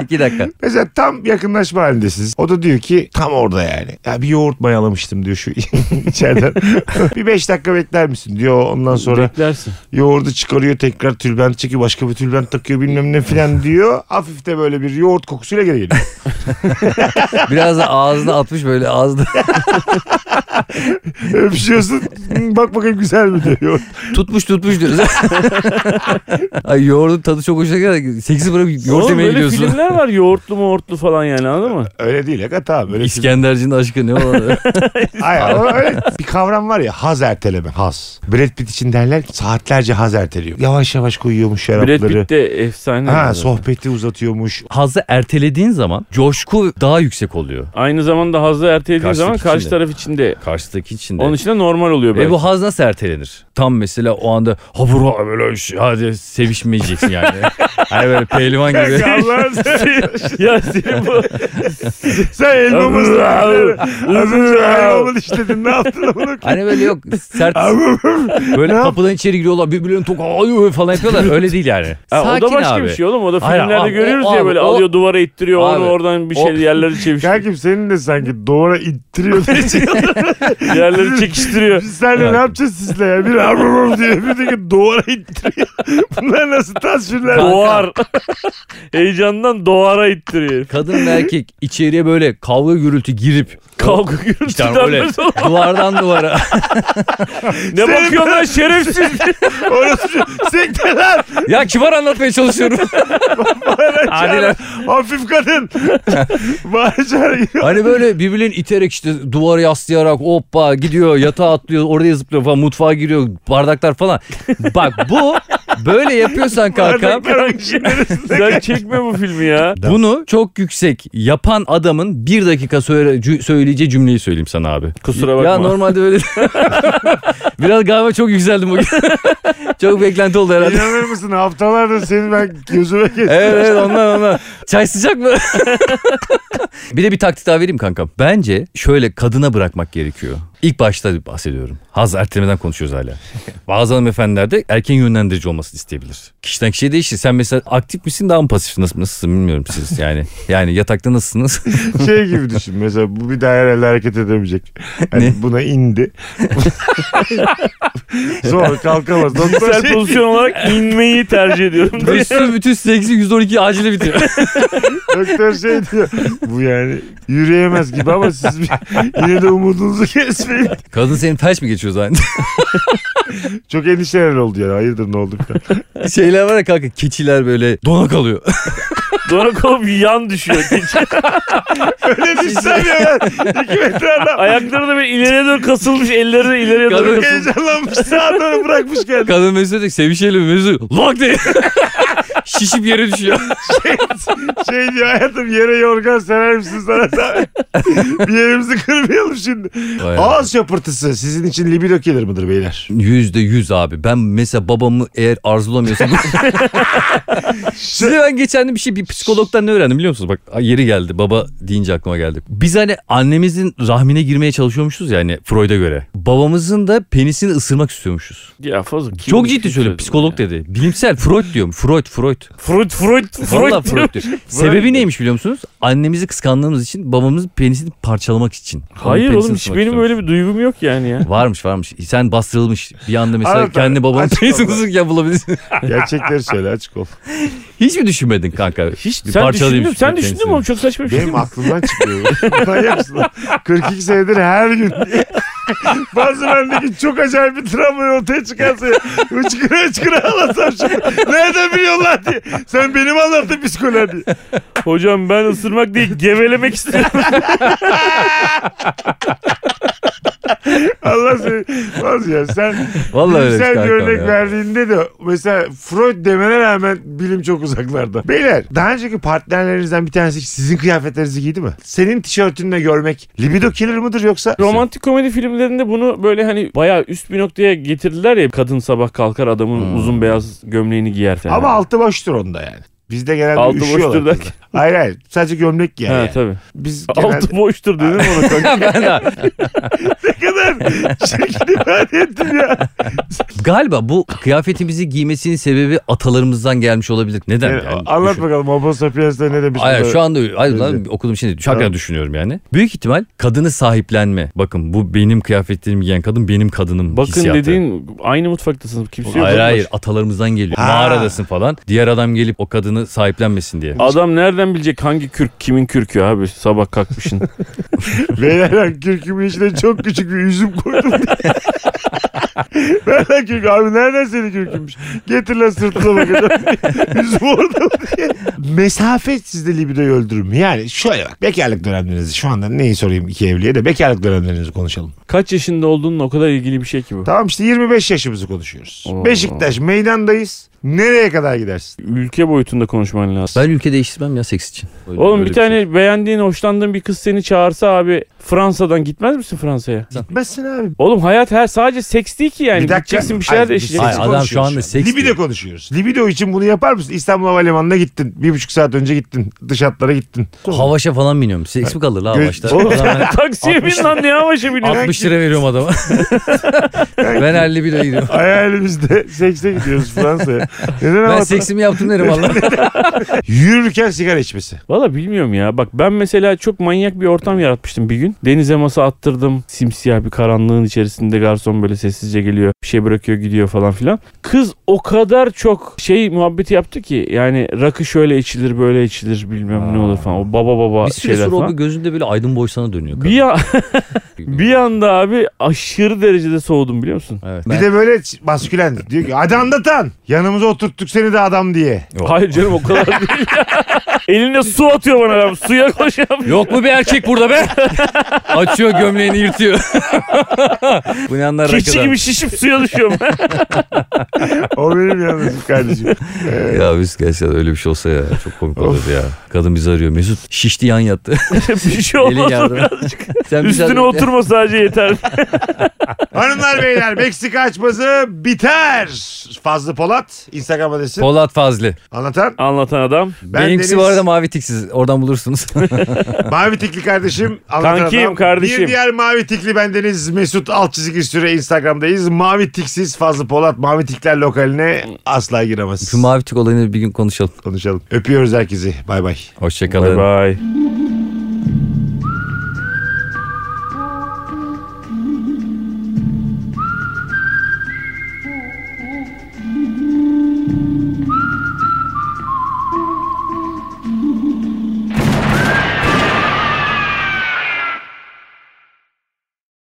İki dakika. Mesela tam yakınlaşma halindesiniz. O da diyor ki tam orada yani. Ya bir yoğurt mayalamıştım diyor şu [LAUGHS] içeriden. [LAUGHS] bir 5 dakika bekler misin diyor. Ondan sonra Beklersin. yoğurdu çıkarıyor tekrar tülbent çekiyor. Başka bir tülbent takıyor bilmem ne filan diyor. Hafif de böyle bir yoğurt kokusuyla geri geliyor. Biraz da ağzına atmış böyle ağzına. Öpüşüyorsun. "Hmm, Bak bakayım güzel mi diyor. yoğurt. [LAUGHS] tutmuş tutmuş diyoruz. [LAUGHS] Ay yoğurdun tadı çok hoşuna gider. Seksi bırak yoğurt Oğlum yemeye böyle gidiyorsun. filmler var yoğurtlu muğurtlu falan yani anladın mı? Öyle değil. Hakikaten tamam. Öyle film- İskenderci'nin aşkı ne [LAUGHS] olur. Hayır, o öyle bir kavram var ya haz erteleme haz. Brad Pitt için derler ki saatlerce haz erteliyor. Yavaş yavaş koyuyormuş şarapları. Brad Pitt de efsane. Ha, yani. sohbeti uzatıyormuş. Hazı ertelediğin zaman coşku daha yüksek oluyor. Aynı zamanda hazla ertelediğin Karşıdaki zaman için karşı de. taraf için de. Karşıdaki içinde. Onun için de normal oluyor Ve böyle. E bu haz nasıl ertelenir? Tam mesela o anda havura böyle şey, hadi [LAUGHS] sevişmeyeceksin yani. hani böyle pehlivan gibi. [LAUGHS] Allah'ım sen, [LAUGHS] ya senin [LAUGHS] bu sen elmamı ıslatıyorsun. Az önce elmamı dişledin ne yaptın onu? Hani böyle yok sert [LAUGHS] böyle kapıdan içeri giriyorlar birbirlerini tok "Ay!" falan yapıyorlar öyle değil yani. [LAUGHS] Ha, o da Sakin başka abi. bir şey oğlum. O da Hayır, filmlerde abi, görüyoruz o- ya abi, böyle o- alıyor duvara ittiriyor Abi, onu oradan bir o- şey yerleri [LAUGHS] çeviştiriyor. Kankim senin de sanki duvara ittiriyor. yerleri [LAUGHS] çekiştiriyor. Biz seninle ne yapacağız sizle ya? Biri avrum diyor. Bir de ki duvara ittiriyor. [LAUGHS] Bunlar nasıl tasvirler? Kanka. Doğar. [LAUGHS] Heyecandan doğara ittiriyor. Kadın ve erkek içeriye böyle kavga gürültü girip Kavga gürültüden işte hani [LAUGHS] öyle mesela- duvardan duvara [LAUGHS] Ne bakıyorsun lan şerefsiz. Orası şu- sekte lan. Ya kibar [LAUGHS] anlatmaya çalışıyorum. Adiler. Hafif [LAUGHS] kadın. Bağırışar Hani böyle birbirlerini iterek işte duvara yaslayarak hoppa gidiyor yatağa atlıyor oraya zıplıyor falan mutfağa giriyor bardaklar falan. Bak bu böyle yapıyorsan kanka Sen çekme bu filmi ya. bunu çok yüksek yapan adamın bir dakika söyle, cü- söyleyeceği cümleyi söyleyeyim sana abi. Kusura bakma. Ya [LAUGHS] normalde böyle biraz galiba çok yükseldim bugün. çok beklenti oldu herhalde. İnanır mısın haftalardır seni ben gözüme geçtim. Evet evet ondan ondan. Çay sıcak mı? [LAUGHS] bir de bir taktik daha vereyim kankam. Bence şöyle kadına bırakmak gerekiyor. İlk başta bahsediyorum. Haz ertelemeden konuşuyoruz [LAUGHS] hala. Bazı hanımefendiler de erken yönlendirici olmasını isteyebilir. Kişiden kişiye değişir. Sen mesela aktif misin daha mı pasif nasıl, nasılsın bilmiyorum siz yani. Yani yatakta [LAUGHS] nasılsınız? Şey gibi düşün mesela bu bir daha herhalde hareket edemeyecek. Hani Ne? buna indi. Zor kalkamaz. Doktor şey- Kişisel pozisyon olarak inmeyi tercih ediyorum. diye. Bütün, bütün seksi 112 acile [LAUGHS] bitiyor. Doktor şey diyor. Bu yani yürüyemez gibi ama siz bir, yine de umudunuzu kesmeyin. Kadın senin felç mi geçiyor zaten? [LAUGHS] Çok endişeler oldu yani. Hayırdır ne oldu falan. Şeyler var ya kanka keçiler böyle dona [LAUGHS] kalıyor. Donuk olup yan düşüyor. Öyle düşünsene ya. İki metre adam. Ayakları da böyle ileriye doğru kasılmış. Elleri de ileriye doğru Kadın- Çok kasılmış. heyecanlanmış. Sağa doğru bırakmış kendini. Kadın Mesut'a diyor sevişelim Mesut. Lak [LAUGHS] diye. Şişip yere düşüyor. Şey diyor hayatım yere yorgan serer misin sana [LAUGHS] zahmet? bir yerimizi kırmayalım şimdi. Vay Ağız şapırtısı sizin için libido killer mıdır beyler? Yüzde yüz abi. Ben mesela babamı eğer arzulamıyorsam... [LAUGHS] Size ben geçen de bir şey bir psikologdan ne öğrendim biliyor musunuz? Bak yeri geldi baba deyince aklıma geldi. Biz hani annemizin rahmine girmeye çalışıyormuşuz ya hani Freud'a göre. Babamızın da penisini ısırmak istiyormuşuz. Ya fazla. kim- Çok kim ciddi söylüyorum söyledi bunu psikolog ya? dedi. Bilimsel Freud diyorum. Freud Freud. Freud, [LAUGHS] Freud, Valla Freud. diyor. Freud diyor. Sebebi neymiş biliyor musunuz? Annemizi kıskandığımız için babamızın penisini parçalamak için. Babamın Hayır penisini oğlum hiç ısırmak benim istiyormuş. öyle bir duygum yok yani ya. Varmış varmış. Sen bastırılmış. Bir anda mesela Anlat abi. kendi babanın Açık penisini Allah. [LAUGHS] ısırırken bulabilirsin. Gerçekleri söyle açık ol. Hiç mi düşünmedin kanka? Hiç. Sen düşündün, mü? sen düşündün mü oğlum? Çok saçma bir şey değil Benim mi? aklımdan çıkıyor. [LAUGHS] Manyak mısın lan? 42 senedir her gün. [LAUGHS] Bazı bendeki çok acayip bir travmayı ortaya çıkarsa ya. Hıçkıra hıçkıra ağlasam şimdi. Nereden biliyorlar diye. Sen benim anlattın psikoloğa diye. Hocam ben ısırmak değil gevelemek istiyorum. Allah seni. Bazı ya sen Vallahi öyle bilimsel bir kankam örnek ya. verdiğinde de mesela Freud demene rağmen bilim çok uzaklarda. Beyler daha önceki partnerlerinizden bir tanesi sizin kıyafetlerinizi giydi mi? Senin tişörtünle görmek libido killer mıdır yoksa? Romantik komedi filmlerinde bunu böyle hani bayağı üst bir noktaya getirdiler ya. Kadın sabah kalkar adamın uzun beyaz gömleğini giyer falan. Ama altı boştur onda yani. Bizde genelde Altı üşüyorlar. boştur Altı derken. Hayır hayır. Sadece gömlek giyer. He yani. tabii. Biz genelde Altı boştur dedim [LAUGHS] ona. kanka. [LAUGHS] Ben de- ne kadar çirkin ifade ettim ya. Galiba bu kıyafetimizi giymesinin sebebi atalarımızdan gelmiş olabilir. E, Neden? Yani, [LAUGHS] yani? anlat Düşün. bakalım Homo sapiens'te ne demiş? Hayır bu da? şu anda hayır lan Öyle. okudum şimdi şarkıdan Tamam. düşünüyorum yani. Büyük ihtimal kadını sahiplenme. Bakın bu benim kıyafetlerimi giyen kadın benim kadınım Bakın hissiyatı. dediğin şey aynı mutfaktasınız. Kimse yok. Hayır hayır atalarımızdan geliyor. Ha. Mağaradasın falan. Diğer adam gelip o kadını sahiplenmesin diye. Adam nereden bilecek hangi kürk kimin kürkü abi sabah kalkmışın. Beyler ben kürkümün içine çok küçük bir üzüm koydum [LAUGHS] diye. Nereden kürk? Abi nereden senin kürkünmüş? Getir lan sırtına bakacağım diye. [LAUGHS] Üzüm orada mı diye. Mesafe sizde libidoyu öldürür mü? Yani şöyle bak bekarlık dönemlerinizi şu anda neyi sorayım iki evliye de bekarlık dönemlerinizi konuşalım. [LAUGHS] Kaç yaşında olduğunun o kadar ilgili bir şey ki bu. Tamam işte 25 yaşımızı konuşuyoruz. Oo. Beşiktaş meydandayız. Nereye kadar gidersin? Ülke boyutunda konuşman lazım. Ben ülke değiştirmem ya seks için. Öyle- Oğlum öyle bir şey. tane beğendiğin, hoşlandığın bir kız seni çağırsa abi Fransa'dan gitmez misin Fransa'ya? Gitmezsin abi. Oğlum hayat her sadece seks değil ki yani. Gideceksin bir şey- şeyler Hayır, değişecek. seksi Hayır, adam konuşuyoruz şu anda seks Libido diyor. konuşuyoruz. Libido için bunu yapar mısın? İstanbul Havalimanı'na gittin. Bir buçuk saat önce gittin. Dış hatlara [LAUGHS] gittin. Havaşa falan biniyorum. Seks mi kalır la Göz- havaşta? [LAUGHS] Oğlum. O zaman ben [LAUGHS] Taksiye bin lan ne [LAUGHS] amaçla biniyorsun? 60 lira [LAUGHS] veriyorum adama. ben 50 lira gidiyorum. Hayalimizde sekse gidiyoruz Fransa'ya. Neden Ben ama- seksimi [LAUGHS] yaptım derim valla. Yürürken sigara içmesi. Valla bilmiyorum ya. Bak ben mesela çok manyak bir ortam yaratmıştım bir gün. Denize masa attırdım. Simsiyah bir karanlığın içerisinde garson böyle sessizce geliyor. Bir şey bırakıyor gidiyor falan filan. Kız o kadar çok şey muhabbeti yaptı ki. Yani rakı şöyle içilir böyle içilir bilmem ne olur falan. O baba baba Bir süre şeyler sonra o falan. gözünde böyle aydın boy sana dönüyor. Bir, ya- [LAUGHS] bir anda abi aşırı derecede soğudum biliyor musun? Evet. Bir de böyle ç- maskülen. Diyor ki hadi anlatan. Yanımıza oturttuk seni de adam diye. Yok. Hayır canım o kadar değil [LAUGHS] Eline su atıyor bana adam. Suya koşuyor. Yok mu bir erkek [LAUGHS] burada be? Açıyor gömleğini yırtıyor. [LAUGHS] Bu ne anlar Keçi rakıdan? gibi şişip suya düşüyorum. [LAUGHS] O benim yalnızım [LAUGHS] kardeşim. şey- Ya biz gerçekten öyle bir şey olsa ya çok komik olurdu ya. Kadın bizi arıyor. Mesut şişti yan yattı. [LAUGHS] bir şey Elin olmaz. o yardım. [LAUGHS] Sen bizi Üstüne arıyor. oturma sadece yeter. [LAUGHS] Hanımlar beyler Meksika açması biter. Fazlı Polat Instagram adresi. Polat Fazlı. Anlatan. Anlatan adam. Ben Benimkisi Deniz. bu arada mavi tiksiz. [LAUGHS] Oradan bulursunuz. Mavi tikli kardeşim. anlatan Kankim, adam. kardeşim. Bir diğer mavi tikli bendeniz Mesut alt çizgi süre Instagram'dayız. Mavi tiksiz Fazlı Polat mavi tikler lokaline asla giremez. Şu mavi tik olayını bir gün konuşalım. Konuşalım. Öpüyoruz herkesi. Bay bay. Hoşçakalın. Bye.